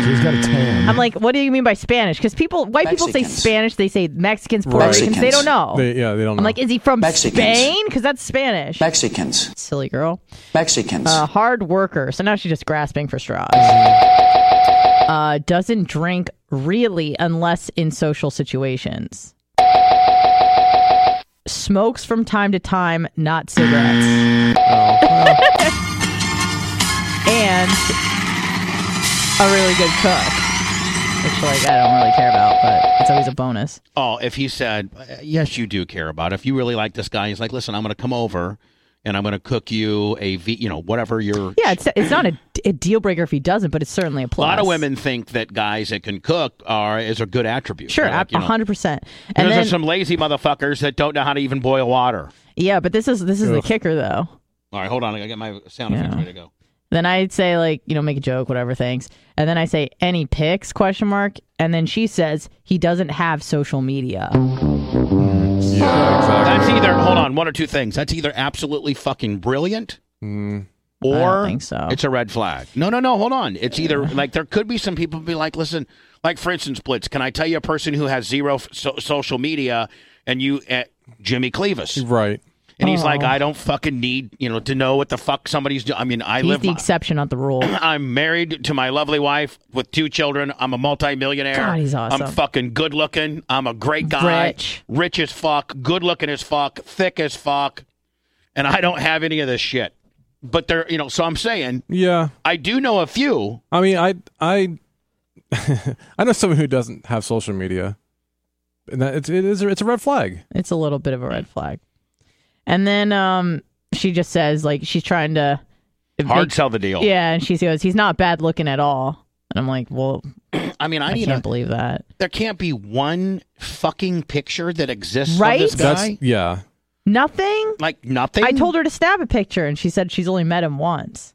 He's got a tan. I'm like, what do you mean by Spanish? Because people, white people say Mexicans. Spanish, they say Mexicans, Puerto Ricans, they don't know. They, yeah, they don't know. I'm like, is he from Mexicans. Spain? Because that's Spanish. Mexicans. Silly girl. Mexicans. Uh, hard worker. So now she's just grasping for straws. Uh, doesn't drink really unless in social situations. Smokes from time to time, not cigarettes. and a really good cook, which like I don't really care about, but it's always a bonus. Oh, if he said, uh, yes, you do care about it. If you really like this guy, he's like, listen, I'm going to come over and I'm going to cook you a, v- you know, whatever your. Yeah, it's it's not a, a deal breaker if he doesn't, but it's certainly a A plus. lot of women think that guys that can cook are is a good attribute. Sure, They're like, you know, hundred percent. There's And then some lazy motherfuckers that don't know how to even boil water. yeah, but this is this is the Ugh. kicker though. All right, hold on. I got to get my sound effects Yeah. ready to go. Then I'd say like you know make a joke, whatever, thanks. And then I say any pics question mark, and then she says he doesn't have social media. That's either hold on, one or two things. That's either absolutely fucking brilliant, Hmm. or it's a red flag. No, no, no. Hold on. It's either like there could be some people be like, listen, like for instance, Blitz. Can I tell you a person who has zero f- so- social media and you uh, Jimmy Clevis, right? And he's like, Oh. I don't fucking need you know to know what the fuck somebody's doing. I mean, I He's live. the My- exception, not the rule. I'm married to my lovely wife with two children. I'm a multimillionaire. God, he's awesome. I'm fucking good looking. I'm a great guy. Rich. Rich as fuck. Good looking as fuck. Thick as fuck. And I don't have any of this shit. But they're, you know, so I'm saying yeah. I do know a few. I mean, I I I know someone who doesn't have social media, and that it's it is it's a red flag. It's a little bit of a red flag. And then um, she just says like she's trying to Hard sell the deal. Yeah, and she goes, he's not bad looking at all. And I'm like, well, I mean, I, I need can't a- believe that. There can't be one fucking picture that exists Right? of this That's- guy. Yeah. Nothing. Like nothing. I told her to snap a picture, and she said she's only met him once.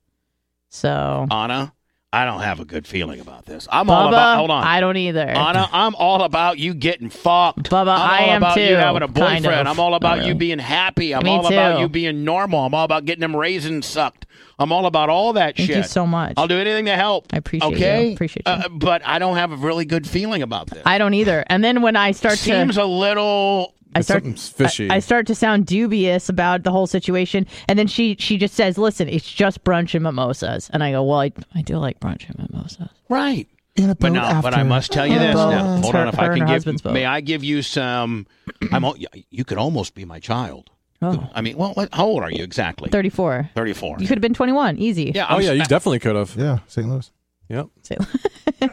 So Anna, I don't have a good feeling about this. I'm all Bubba, about hold on. I don't either. Anna, I'm all about you getting fucked. I'm Bubba, all I am about you too, having a kind boyfriend. of. I'm all about Not you really. being happy. I'm Me all about too. you being normal. I'm all about getting them raisins sucked. I'm all about all that Thank you shit. so much. I'll do anything to help. I appreciate you. okay? Appreciate you. Uh, but I don't have a really good feeling about this. I don't either. And then when I start Seems to, a little. I start something's fishy. I, I start to sound dubious about the whole situation, and then she she just says, "Listen, it's just brunch and mimosas." And I go, "Well, I, I do like brunch and mimosas." Right. But no, but I must tell you In a this. boat. Now, hold Her- on, if her I and her can husband's give, boat. may I give you some? I'm. al- You could almost be my child. Oh. I mean, well, what, how old are you exactly? Thirty-four. Thirty-four. You could have been twenty-one, easy. Yeah. oh I'm yeah, you s- definitely could have. Yeah, St. Louis. Yep.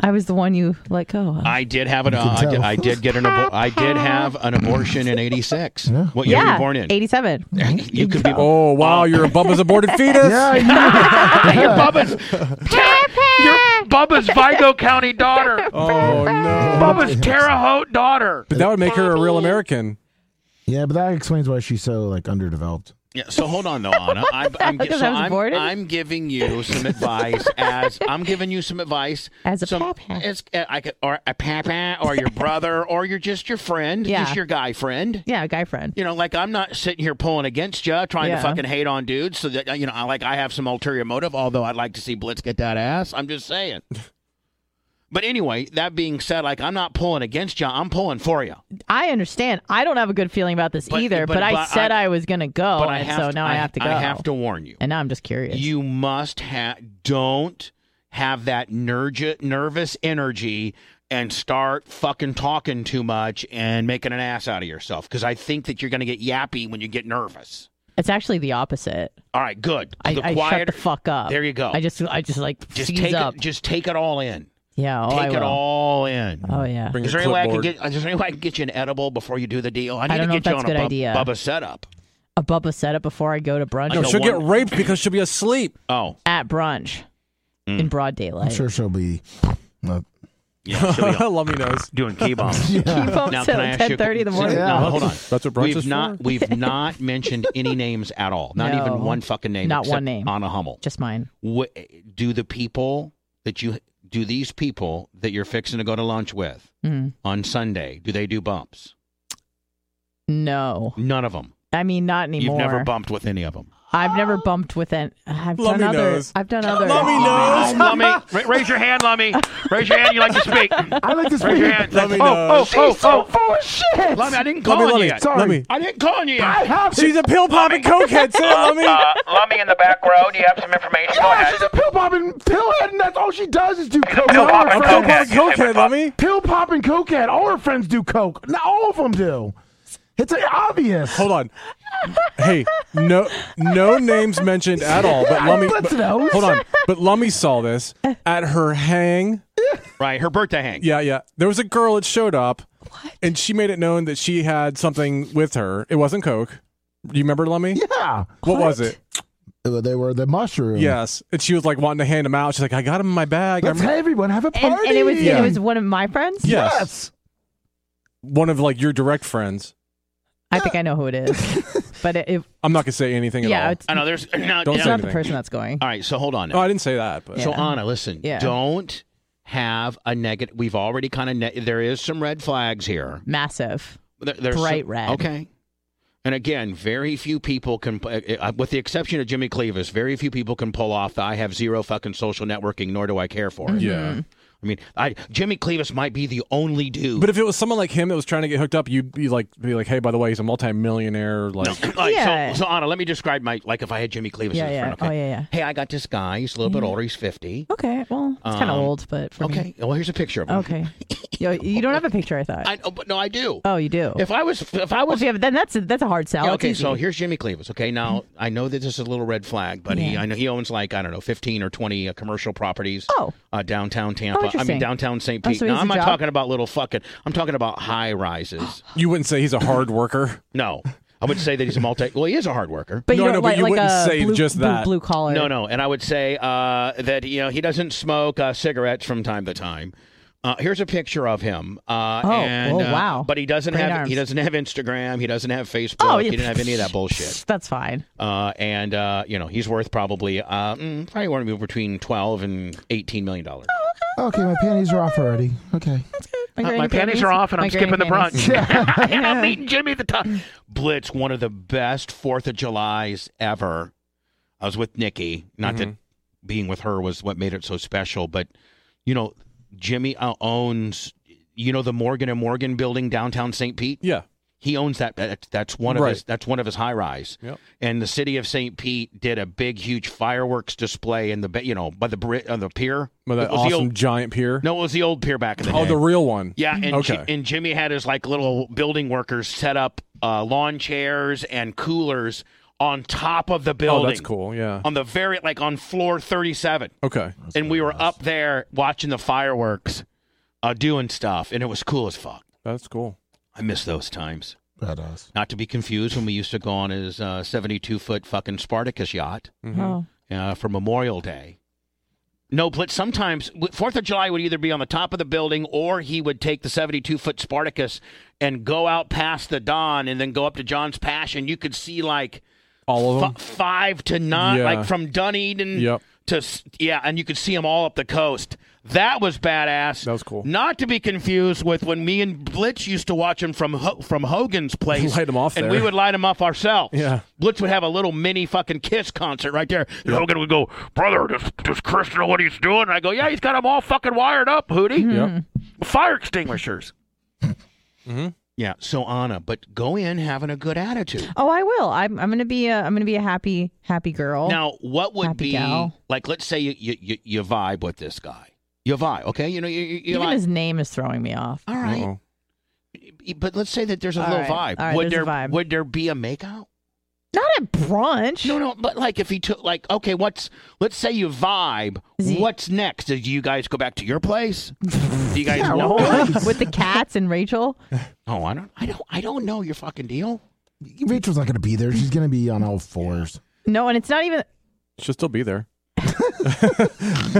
I was the one you let go. Of. I did have an. You can Uh, I, did, tell. I did get an. Abo- I did have an abortion in '86. What year were yeah, you born in? eighty-seven. You could be. Oh wow, you're a Bubba's aborted fetus. Yeah, Your Bubba's, your Bubba's Vigo County daughter. Oh no. Bubba's Terre Haute daughter. But that would make her a real American. Yeah, but that explains why she's so like underdeveloped. Yeah, so hold on though, Anna. I'm, I'm, gi- Because so I was I'm, aborted? I'm giving you some advice as I'm giving you some advice As a some, as, uh, I could, or a papa or your brother or you're just your friend, Yeah. just your guy friend. Yeah, guy friend. You know, like I'm not sitting here pulling against you, trying Yeah. to fucking hate on dudes. So that uh, you know, I like I have some ulterior motive. Although I'd like to see Blitz get that ass. I'm just saying. But anyway, that being said, like I'm not pulling against you. I'm pulling for you. I understand. I don't have a good feeling about this But- either, but, but- I but said I- I, was gonna go, but I Oh, and have so to- now I, have to go. I have to warn you. And now I'm just curious. You must have don't have that nerge, nervous energy and start fucking talking too much and making an ass out of yourself because I think that you're going to get yappy when you get nervous. It's actually the opposite. All right, good. I, The I shut quieter- the fuck up. There you go. I just I just like just seize take up. it. Just take it all in. Yeah, oh, Take I it will. all in. Oh, yeah. Bring Is your there any way I can clipboard. get? Is there any way I can get you an edible before you do the deal? I I need don't know to if get you on that's a a good bub- idea. Bubba setup. a Bubba setup before I go to brunch. No, she'll get raped because she'll be asleep. Oh, at brunch Mm. in I'm broad daylight. sure she'll be. uh, Yeah, she'll be on- Lummy knows doing key bombs. Yeah. Key bombs Now, till can I ask you a 10:30 in the quick- morning. Now, Yeah. hold on. That's what brunch we've is not for? we've not mentioned any names at all. Not No. even one fucking name. Not one except name. Anna Hummel. Just mine. Wh- do the people that you do these people that you're fixing to go to lunch with Mm. on Sunday? Do they do bumps? No, None of them. I mean not anymore. You've never bumped with any of them. I've never bumped with an. I've Lummi done other. knows. I've done other. Oh, Lummy, Ra- raise your hand, Lummy. Raise your hand. You like to speak? I like to Raise speak. your hand. Lummi oh, oh, knows. oh, She's oh, so oh, shit. Lummy, I didn't call Lummi, on Lummi, you yet. sorry. Lummi. I didn't call on you yet. She's a pill popping cokehead, sir. Lummy. Lummy in the back row. Do you have some information? Go ahead. she's a pill popping pillhead, and that's all she does is do coke. pill All her popping friends- cokehead. Pill popping cokehead, Lummy. Pill popping cokehead. All her friends do coke. Not all of them do. It's uh, obvious. Hold on. Hey, no, no names mentioned at all. But Lummy, Let's but- know. hold on. But Lummy saw this at her hang. Right, her birthday hang. Yeah, yeah. There was a girl that showed up, and she made it known that she had something with her. It wasn't coke. You remember Lummy? Yeah. What, was it? Uh, They were the mushroom. Yes, and she was like wanting to hand him out. She's like, "I got him in my bag." I Let's remember- have everyone have a And, party. and it was Yeah. it was one of my friends. Yes. One of like your direct friends. I think I know who it is, but it, it I'm not gonna say anything Yeah, at all. it's- I know, Uh, there's- no, no. Don't say not the anything. person that's going. All right, so hold on. Oh, I didn't say that. But So Yeah. Anna, listen, Yeah. don't have a negative. We've already kind of ne- there is some red flags here. Massive. There- there's Bright some- red. Okay. And again, very few people can, uh, with the exception of Jimmy Cleavis, very few people can pull off the I have zero fucking social networking, nor do I care for it. Yeah. I mean, I, Jimmy Cleavis might be the only dude. But if it was someone like him that was trying to get hooked up, you'd be like, be like, hey, by the way, he's a multimillionaire. Like, All right, Yeah. so, so Anna, let me describe my like if I had Jimmy Cleavis Yeah, as a yeah. friend. Okay. Oh, yeah, yeah. Hey, I got this guy. He's a little bit older. He's fifty. Okay, well, it's kind of Um, old, but for okay. me. Well, here's a picture of him. Okay. Yo, you don't have a picture, I thought. I, oh, but no, I do. oh, you do. If I was, if I Well, was if you have, then that's a, that's a hard sell. Yeah, It's okay, easy. so here's Jimmy Cleavis. Okay, now I know that this is a little red flag, but he, Mm-hmm. Yeah. I know he owns like I don't know, fifteen or twenty uh, commercial properties. Oh. uh, downtown Tampa. I interesting. mean downtown St. Oh, Pete. so he no, has I'm a not job? talking about little fucking. I'm talking about high rises. you wouldn't say he's a hard worker. No, I would say that he's a multi. Well, he is a hard worker. but No, you I don't know, but like, you like wouldn't a say blue, just blue- that. blue collar. No, no, and I would say uh, that you know he doesn't smoke uh, cigarettes from time to time. Uh, here's a picture of him. Uh, Oh, and, oh, uh, wow. But he doesn't Great have arms. he doesn't have Instagram. He doesn't have Facebook. Oh, he yeah. didn't have any of that bullshit. That's fine. uh, and uh, you know he's worth probably uh, mm, probably want to be between twelve and eighteen million dollars. Okay, my panties are off already. Okay. My panties are off and I'm skipping the brunch. and I'm meeting Jimmy at the top. Blitz, one of the best Fourth of July's ever. I was with Nikki. Not that Mm-hmm. being with her was what made it so special, but you know Jimmy uh, owns you know the Morgan and Morgan building downtown St. Pete. Yeah. He owns that. that that's one of Right. his. That's one of his high rise. Yep. And the city of St. Pete did a big, huge fireworks display in the ba- you know by the bri- on the pier. But that It was the awesome old- giant pier. No, it was the old pier back in the Oh, day. the real one. yeah, and Mm-hmm. okay. Ji- and Jimmy had his like little building workers set up uh, lawn chairs and coolers on top of the oh, building. Um, that's cool. Yeah. On the very like on floor thirty-seven, Okay. and we were up there watching the fireworks, uh, doing stuff, and it was cool as fuck. That's cool. I miss those times. Badass. Not to be confused when we used to go on his uh, seventy-two foot fucking Spartacus yacht Mm-hmm. Oh. uh, for Memorial Day. No, but sometimes Fourth of July would either be on the top of the building, or he would take the seventy-two foot Spartacus and go out past the Don, and then go up to John's Pash, and you could see like All of them. f- five to nine, Yeah. like from Dunedin Yep. to s- yeah, and you could see them all up the coast. That was badass. That was cool. Not to be confused with when me and Blitz used to watch him from Ho- from Hogan's place. Light 'em off and there. we would light him off ourselves. Yeah. Blitz would have a little mini fucking Kiss concert right there. And Hogan would go, brother, does, does Chris know what he's doing? And I go, yeah, he's got them all fucking wired up, Hootie. Mm-hmm. Mm. Yep. Mm-hmm. Fire extinguishers. Yeah, so Anna, but go in having a good attitude. Oh, I will. I'm I'm gonna be a I'm gonna be a happy happy girl. Now, what would Happy be gal. like? Let's say you you, you you vibe with this guy. You vibe, okay? You know, you, you, you even like. his name is throwing me off. All right. Uh-oh. But let's say that there's a All little right, vibe. all right, would there's there a vibe. would there be a makeout? Not at brunch. No, no, but like if he took like okay, what's let's say you vibe, what's next? Do you guys go back to your place? Do you guys Yeah, walk- right. with the cats and Rachel. Oh, I don't I don't I don't know your fucking deal. Rachel's not going to be there. She's going to be on all fours. No, and it's not even. She'll still be there.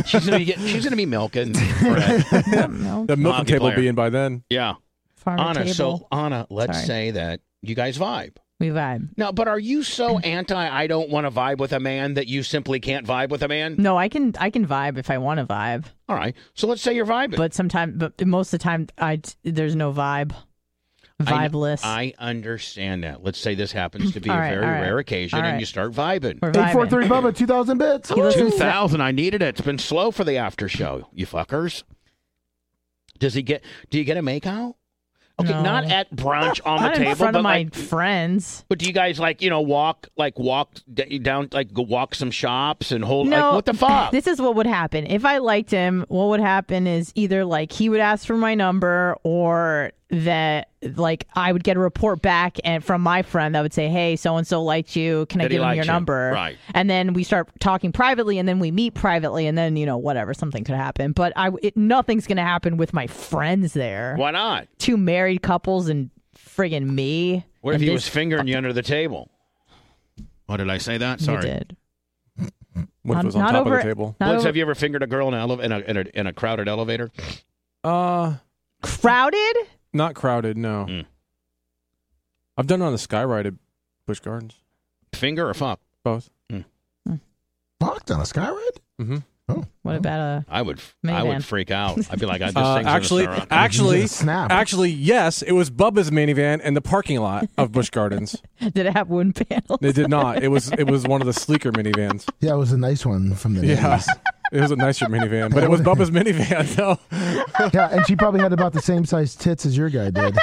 she's gonna be get, she's gonna be milking. The milking table will be in by then. Yeah. Farmer Anna, so table. Anna, let's Sorry. say that you guys vibe. We vibe. Now, but are you so anti I don't want to vibe with a man that you simply can't vibe with a man? No, I can I can vibe if I want to vibe. All right. So let's say you're vibing. But sometimes, but most of the time, I there's no vibe. I- Vibeless. I, understand that. Let's say this happens to be All a right, very all right, rare occasion all and right. you start vibing. We're Eight four three Bubba, two thousand bits. Two thousand. I needed it. It's been slow for the after show. You fuckers. Does he get? Do you get a make out? Okay, No. not at brunch on the Not in table, front but of my like, friends. But do you guys like you know walk like walk d- down like go walk some shops and hold no, like what the fuck? This is what would happen if I liked him. What would happen is either like he would ask for my number, or that like I would get a report back and from my friend that would say, "Hey, so and so liked you. Can I That he give him your liked you. number?" Right. And then we start talking privately, and then we meet privately, and then you know whatever something could happen. But I it, nothing's gonna happen with my friends there. Why not? Two married couples and friggin' me. What if and he this- was fingering you under the table? What did I say that? You Sorry. did. What if it was on Um, Not top of over- the table? not Liz, over- have you ever fingered a girl in, an ele- in, a, in, a, in a crowded elevator? Uh, crowded? Not crowded. No. Mm. I've done it on the skyride at Busch Gardens. Finger or fuck? Both. Fucked on a skyride. Mm-hmm. What about a? I would. I Minivan. would freak out. I'd be like, I just Uh, things actually, gonna start up. actually, Oh. actually, yes, it was Bubba's minivan in the parking lot of Busch Gardens. Did it have wooden panels? It did not. It was it was one of the sleeker minivans. Yeah, it was a nice one from the Yeah, 90s. it was a nicer minivan, but it was Bubba's minivan though. yeah, and she probably had about the same size tits as your guy did.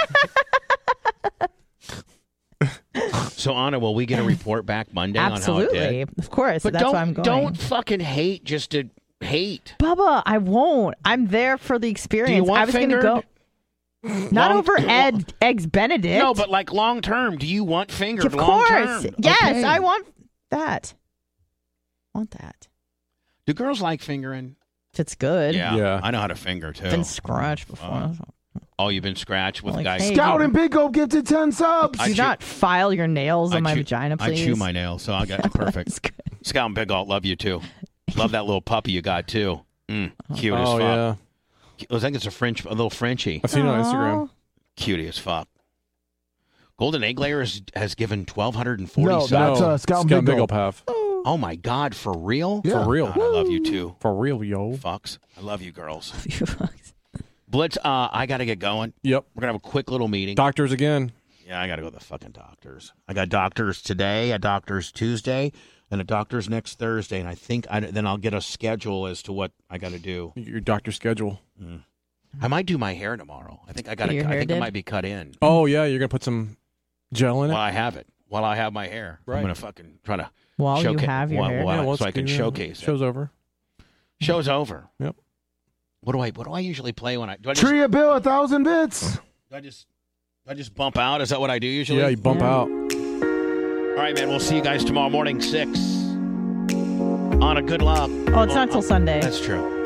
So Anna, will we get a report back Monday on how it Absolutely, did? of course. But that's don't why I'm going. don't fucking hate just to hate. Bubba, I won't. I'm there for Do the you experience. want I was going to fingered? go. Not Long- over Ed Eggs Benedict. No, but like long term, do you want fingered? of long course, term? yes, Okay. I want that. Want that? Do girls like fingering? It's good. Yeah, I know how to finger too. Been scratched before. Uh, oh, you've been scratched with guys. Scout and Big Gold gifted ten subs. I Do chew- not file your nails on my chew- vagina, I please. chew my nails, so I got perfect. Scout and Big Alt love you too. Love that little puppy you got too. Mm, cute as Oh, fuck. yeah. I think it's a French, a little Frenchie. I've seen it on Instagram. Cutie as fuck. Golden Egg Layer has, has given twelve hundred and forty. No, that's, uh, Scout and Scout and Big Big Ol' Ol' Puff. Oh my God, for real? Yeah. For real. God, I love you too. For real, yo. Fucks. I love you, girls. Blitz, uh, I gotta get going. Yep. We're gonna have a quick little meeting. Doctors again. Yeah, I gotta go to the fucking doctors. I got doctors today, a doctor's Tuesday, and a doctor's next Thursday, and I think I then I'll get a schedule as to what I gotta do. Your doctor schedule. I might do my hair tomorrow. I think I gotta. Your I hair think it did? might be cut in. Oh yeah, you're gonna put some gel in it. While I have it, while I have my hair, I'm gonna fucking try to. While you showcase, have your while- hair. while- Yeah, well, so I it's- can yeah, showcase. it. show's over. Show's over. Yep. What do I? What do I usually play when I? Do I just, Tria Bill, a thousand bits. do I just? Do I just bump out? Is that what I do usually? Yeah, you bump out. All right, man. We'll see you guys tomorrow morning, six. On a good luck. Oh, it's not till Sunday. That's true.